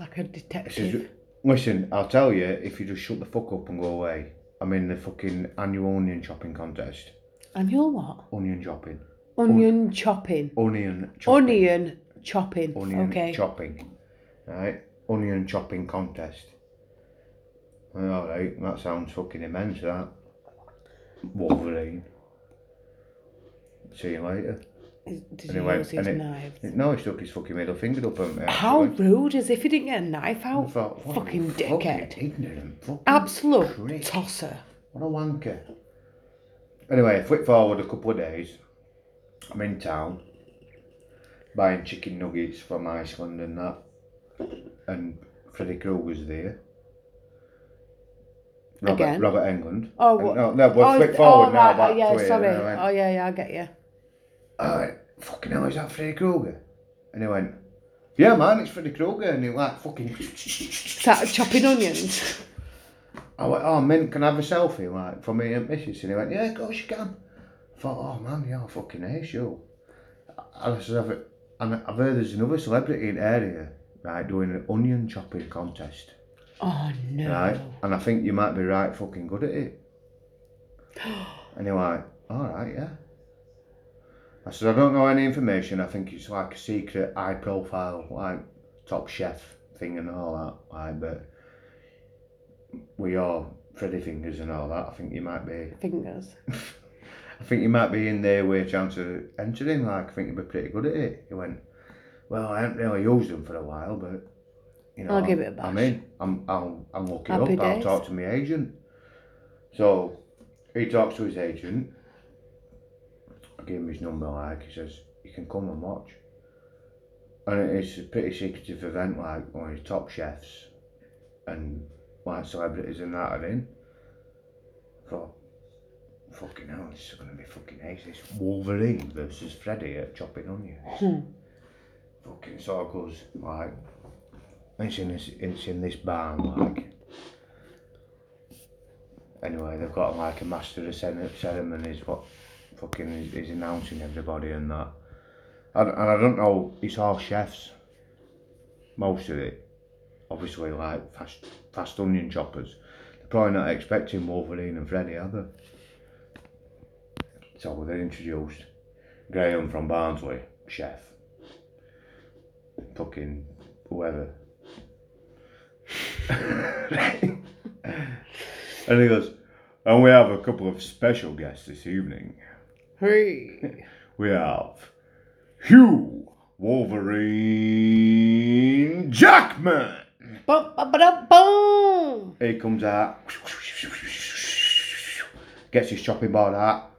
A: Like a
B: I says,
A: detective.
B: listen, I'll tell you if you just shut the fuck up and go away. I'm in the fucking annual onion chopping contest.
A: And you're what?
B: Onion chopping.
A: Onion chopping.
B: Onion chopping.
A: Onion chopping.
B: Onion
A: okay.
B: chopping. Right? Onion chopping contest. Alright, that sounds fucking immense, that. Wolverine. See you later.
A: Did
B: And
A: you
B: it went-
A: use his
B: and it-
A: knives?
B: No, he stuck his fucking middle finger up at me.
A: How
B: actually.
A: rude as if he didn't get a knife
B: I
A: out.
B: thought, what a
A: fucking
B: fucking
A: dickhead.
B: Ignorant fucking
A: Absolute
B: prick.
A: tosser.
B: What a wanker. Anyway, flip forward a couple of days. I'm in town buying chicken nuggets from Iceland and that. And Freddy Krueger's there. Robert,
A: Again?
B: Robert England.
A: Oh,
B: And
A: what-
B: No, no, we'll
A: oh,
B: flip
A: is-
B: forward
A: oh,
B: now.
A: right,
B: Back
A: oh, yeah,
B: to it,
A: sorry.
B: and I went,
A: Oh, yeah, yeah, I get you.
B: I went, fucking hell, is that Freddy Krueger? And he went, yeah, man, it's Freddy Krueger. And he like, fucking.
A: Start chopping onions.
B: I went, oh, mint, can I have a selfie, like, from me and Mrs? And he went, yeah, of course you can. I thought, oh, man, you're a fucking ace, you. And I said, I've, and I've heard there's another celebrity in the area, right, doing an onion chopping contest,
A: Oh, no.
B: right? And I think you might be right fucking good at it. and he went, all right, yeah. I said, I don't know any information. I think it's like a secret high profile, like, top chef thing and all that, like, but we all Freddy fingers and all that. I think you might be
A: Fingers.
B: I think you might be in there with a chance of entering. Like, I think you'd be pretty good at it. He went, Well, I haven't really used them for a while, but you know,
A: I'll
B: I'm-
A: give it a
B: I'm
A: bash."
B: in. I'm, I'll, I'm looking
A: Happy
B: up. I'll
A: days.
B: talk to my agent. So he talks to his agent. I gave him his number. Like, he says, You can come and watch. And it's a pretty secretive event, like, one of the top chefs and like celebrities and that are in. I thought, Fucking hell, this is going to be fucking ace. It's Wolverine versus Freddy at Chopping Onions.
A: Hmm.
B: Fucking circles, like. It's in this, it's in this barn, like. Anyway, they've got like a master of cere- ceremonies, what fucking is, is announcing everybody and that. And, and I don't know, it's all chefs. Most of it. Obviously, like fast, fast onion choppers. They're probably not expecting Wolverine and Freddy, are they? So they're introduced. Graham from Barnsley, chef. Fucking whoever. and he goes, and we have a couple of special guests this evening.
A: Hey.
B: We have Hugh Wolverine Jackman.
A: Bum, ba, ba, da, boom.
B: He comes out, gets his chopping board out.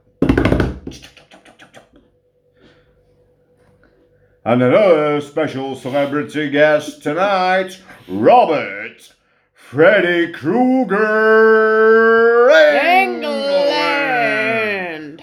B: And another special celebrity guest tonight, Robert Freddy Krueger
A: England.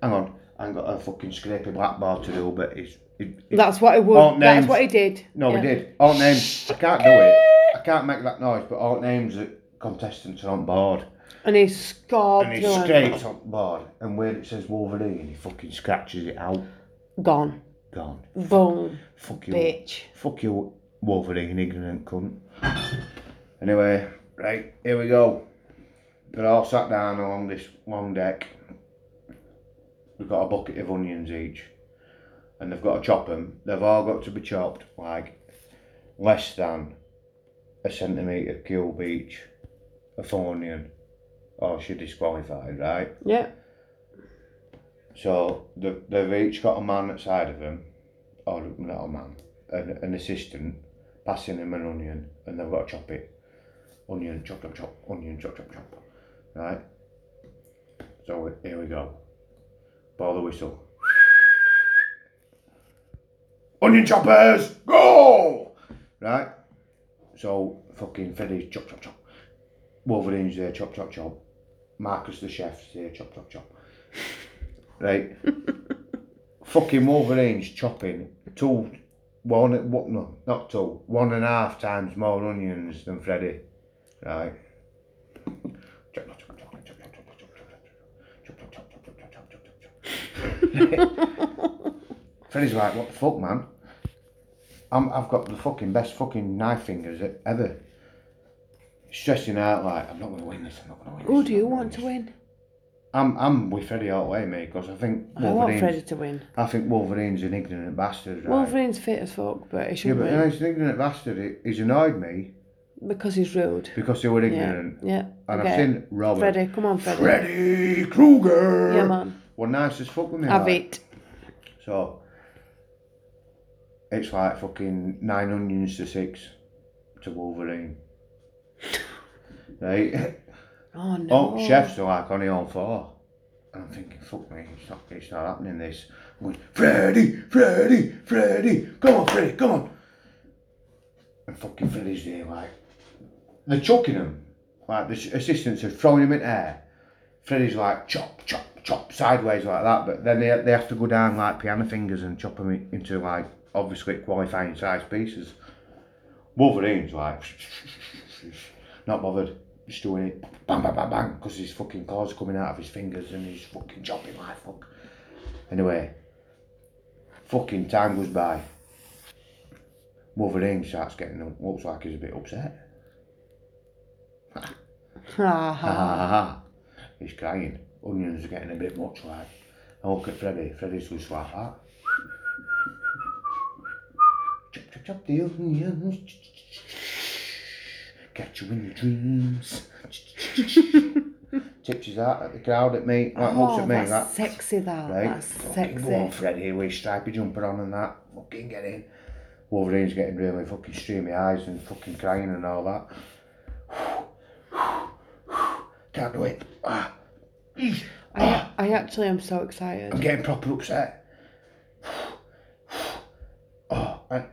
B: Hang on, I've got a fucking scrapey black bar to do, but it's. It, it,
A: That's what he would.
B: Oh, names.
A: That's what he did.
B: no,
A: Yeah.
B: we did. Aren't names. I can't do it. I can't make that noise, but aren't names that contestants are on board.
A: And he scored.
B: And he
A: you know,
B: scrapes on board, and where it says Wolverine, he fucking scratches it out.
A: Gone.
B: Gone.
A: Boom.
B: Fuck you.
A: Bitch.
B: Fuck you, Wolverine, ignorant cunt. Anyway, right, here we go. They're all sat down along this long deck. We've got a bucket of onions each, and they've got to chop them. They've all got to be chopped like less than a centimetre cube each of onion, or she's disqualified, right?
A: Yeah.
B: So they've, they've each got a man outside of them, or not a man, an, an assistant, passing him an onion, and they've got to chop it. Onion, chop, chop, chop, onion, chop, chop, chop. Right? So here we go. Blow the whistle. Onion choppers, go! Right? So fucking Freddy's chop chop chop. Wolverine's there chop chop chop. Marcus the chef's there chop chop chop. Right. fucking Wolverine's chopping two one what no not two one and a half times more onions than Freddy. Right. Chop chop chop chop chop chop chop chop chop chop chop chop chop chop chop chop chop chop chop. Freddy's like, what the fuck, man? I'm, I've got the fucking best fucking knife fingers e- ever. Stressing out like, I'm not going to win this, I'm not going to win this.
A: Who
B: I'm
A: do
B: not
A: you
B: gonna
A: want to
B: this."
A: win?
B: I'm, I'm with Freddy all the way, mate, because I think
A: I want
B: Wolverine's, I,
A: Freddy to win.
B: think Wolverine's an ignorant bastard, right?
A: Wolverine's fit as fuck, but he
B: yeah,
A: shouldn't
B: but uh,
A: win
B: no, he's an ignorant bastard. He- He's annoyed me
A: because he's rude.
B: because they were
A: Yeah,
B: ignorant.
A: yeah.
B: And
A: okay.
B: I've seen Robert.
A: Freddy, come on, Freddy.
B: Freddy Krueger!
A: Yeah, man.
B: Well, nice as fuck with me.
A: Have
B: like.
A: it.
B: So it's like fucking nine onions to six to Wolverine. right?
A: Oh no.
B: Oh, chefs are like on the on four. And I'm thinking, fuck me, it's not, it's not happening this. I'm going, Freddy, Freddy, Freddy, come on, Freddy, come on. And fucking Freddy's there, like, they're chucking him. Like, the s- assistants are throwing him in air. Freddy's like, chop, chop, chop, sideways like that. But then they, they have to go down like piano fingers and chop him in- into, like, obviously qualifying size pieces. Wolverine's like, not bothered, just doing it, bang, bang, bang, bang, because his fucking claws coming out of his fingers and he's fucking chopping like fuck. Anyway, fucking time goes by. Wolverine starts getting, up- looks like he's a bit upset.
A: Ah, ha.
B: Ha ha ha ha. He's crying. Onions are getting a bit much like. I look at Freddy, Freddy's just like that. Chop, chop, chop the onions. Catch you in your dreams. Tips his out at the crowd at me, like looks
A: Oh,
B: at me,
A: that's
B: like
A: sexy that.
B: right?
A: Ah, That's
B: fucking
A: sexy.
B: go on, Freddie, with his stripy jumper on and that. Fucking get in. Wolverine's getting really fucking streamy eyes and fucking crying and all that. Can't do it. Ah. Eesh.
A: I, I actually am so excited.
B: I'm getting proper upset. Oh, and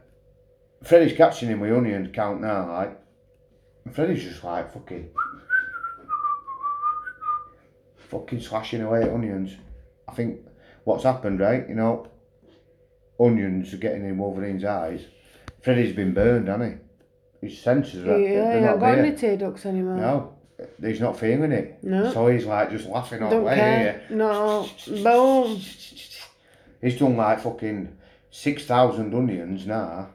B: Freddie's catching him with onion count now, like. And Freddie's just like fucking. fucking slashing away at onions. I think what's happened, right? You know, onions are getting in Wolverine's eyes. Freddie's been burned, hasn't he? His senses are.
A: yeah,
B: they're
A: you
B: not
A: haven't got
B: there.
A: any tear ducts anymore.
B: No, he's not feeling it.
A: No.
B: So he's like just laughing all the
A: Don't
B: way here.
A: care. No. Boom.
B: He's done like fucking six thousand onions now.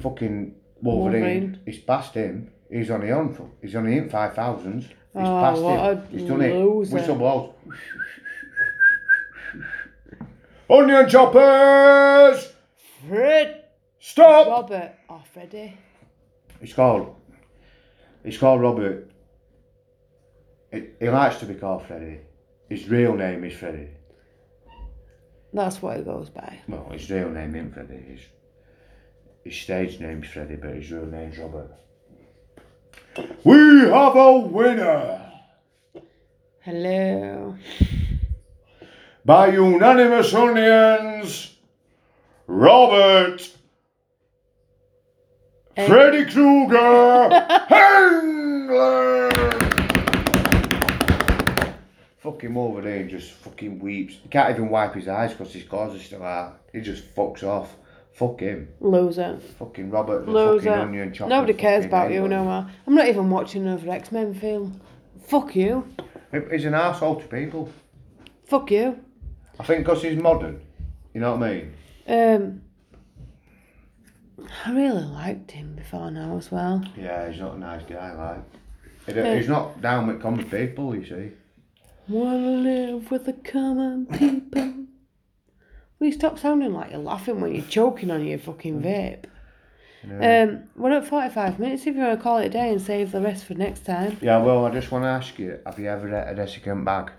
B: Fucking Wolverine.
A: Wolverine.
B: He's passed him. He's on the on. fu- He's on the in five thousands. He's
A: Oh,
B: passed
A: what
B: him.
A: a
B: He's done it.
A: loser.
B: Whistle blows. Onion choppers,
A: Fred.
B: stop!
A: Robert. Oh, Freddy.
B: It's called. It's called Robert. He- he likes to be called Freddy. His real name is Freddy.
A: That's what it goes by.
B: Well, his real name ain't Freddy. His, his stage name's Freddy, but his real name's Robert. We have a winner
A: Hello.
B: by unanimous onions, Robert Freddy Krueger Hengler. Fucking Wolverine just fucking weeps. He can't even wipe his eyes because his claws are still out. He just fucks off. Fuck him.
A: Loser.
B: Fucking Robert the
A: Loser.
B: fucking onion chopper.
A: Nobody cares
B: fucking
A: about you
B: anybody.
A: no more. I'm not even watching another X Men film. Fuck you.
B: He- He's an asshole to people.
A: Fuck you.
B: I think because he's modern. You know what I mean?
A: Um, I really liked him before now as well.
B: Yeah, he's not a nice guy, like. He don't-
A: Yeah.
B: He's not down with common people, you see.
A: Wanna live with the common people. Will you stop sounding like you're laughing when you're choking on your fucking vape? Um, we're at 45 minutes if you want to call it a day and save the rest for next time.
B: Yeah, well, I just want to ask you have you ever had a desiccant bag?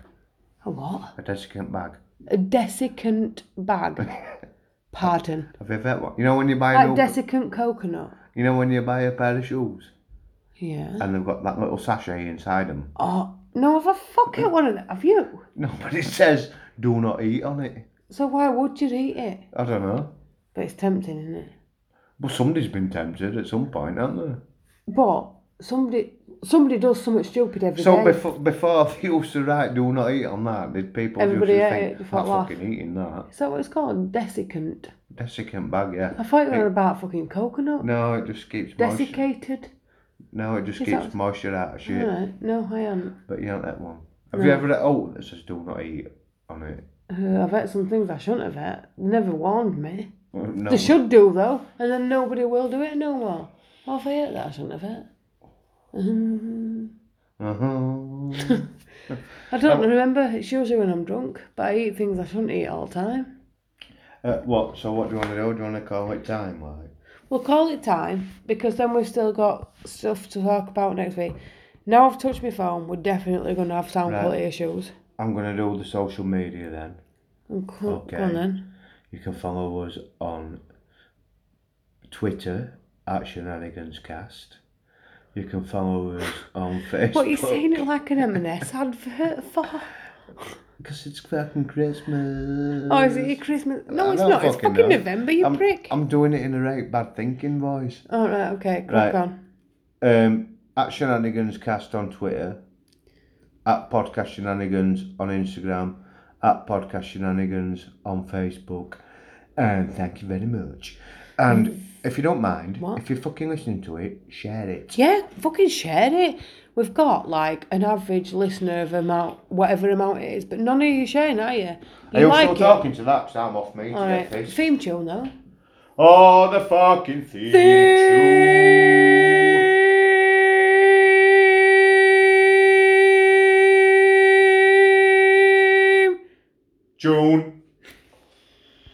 A: A what?
B: A desiccant bag?
A: A desiccant bag. Pardon.
B: Have you ever had one? You know when you buy
A: Like
B: an old,
A: desiccant coconut.
B: you know when you buy a pair of shoes
A: Yeah.
B: and they've got that little sachet inside them.
A: Oh, no, have I fucking one of them? Have you?
B: No, but it says do not eat on it.
A: So why would you eat it?
B: I don't know.
A: But it's tempting, isn't it?
B: Well, somebody's been tempted at some point, haven't
A: But somebody somebody does something stupid
B: they?
A: every day.
B: So before before they used to write "do not eat" on that, did people
A: Everybody
B: just
A: ate
B: think
A: it before
B: I'm
A: it left."
B: fucking eating that
A: Is that what it's called? Desiccant.
B: desiccant bag? Yeah.
A: I thought you were on about fucking coconut.
B: No, it just keeps moisture.
A: Desiccated.
B: No, it just
A: Is
B: keeps
A: that-
B: moisture out of shit.
A: Alright, no, I am.
B: But you don't that one. Have
A: No.
B: you ever had oat that says "do not eat" on it?
A: Uh, I've had some things I shouldn't have had. Never warned me.
B: Well, No.
A: They should do though, and then nobody will do it no more. Oh, if I ate that, I shouldn't have had. Um,
B: Uh-huh.
A: I don't
B: Um,
A: remember. It's usually when I'm drunk, but I eat things I shouldn't eat all the time.
B: uh, what? So what do you want to do? Do you want to call it time? Like,
A: We'll call it time because then we've still got stuff to talk about next week. Now I've touched my phone, we're definitely going to have sound
B: Right.
A: quality issues.
B: I'm gonna do the social media then.
A: And co-
B: Okay.
A: Go on then.
B: You can follow us on Twitter at shenaniganscast. You can follow us on Facebook.
A: What, you're saying it like an M&S advert for?
B: Because it's fucking Christmas.
A: Oh, is it your Christmas? No,
B: I
A: it's
B: don't
A: not. It's
B: fucking
A: fucking
B: know.
A: November, you
B: I'm,
A: prick.
B: I'm doing it in a right bad thinking voice.
A: All right, okay,
B: Right.
A: crack on.
B: Um, at shenaniganscast on Twitter. At podcast shenanigans on Instagram. At podcast shenanigans on Facebook. And thank you very much. And if you don't mind,
A: What?
B: if you're fucking listening to it, share it.
A: Yeah, fucking share it. We've got like an average listener of amount, whatever amount it is, but none of you are sharing, are you?
B: Are
A: You
B: you
A: like
B: still
A: it?
B: talking to that? 'Cause I'm off me to
A: All
B: get
A: right,
B: this.
A: theme tune though.
B: Oh, the fucking theme tune.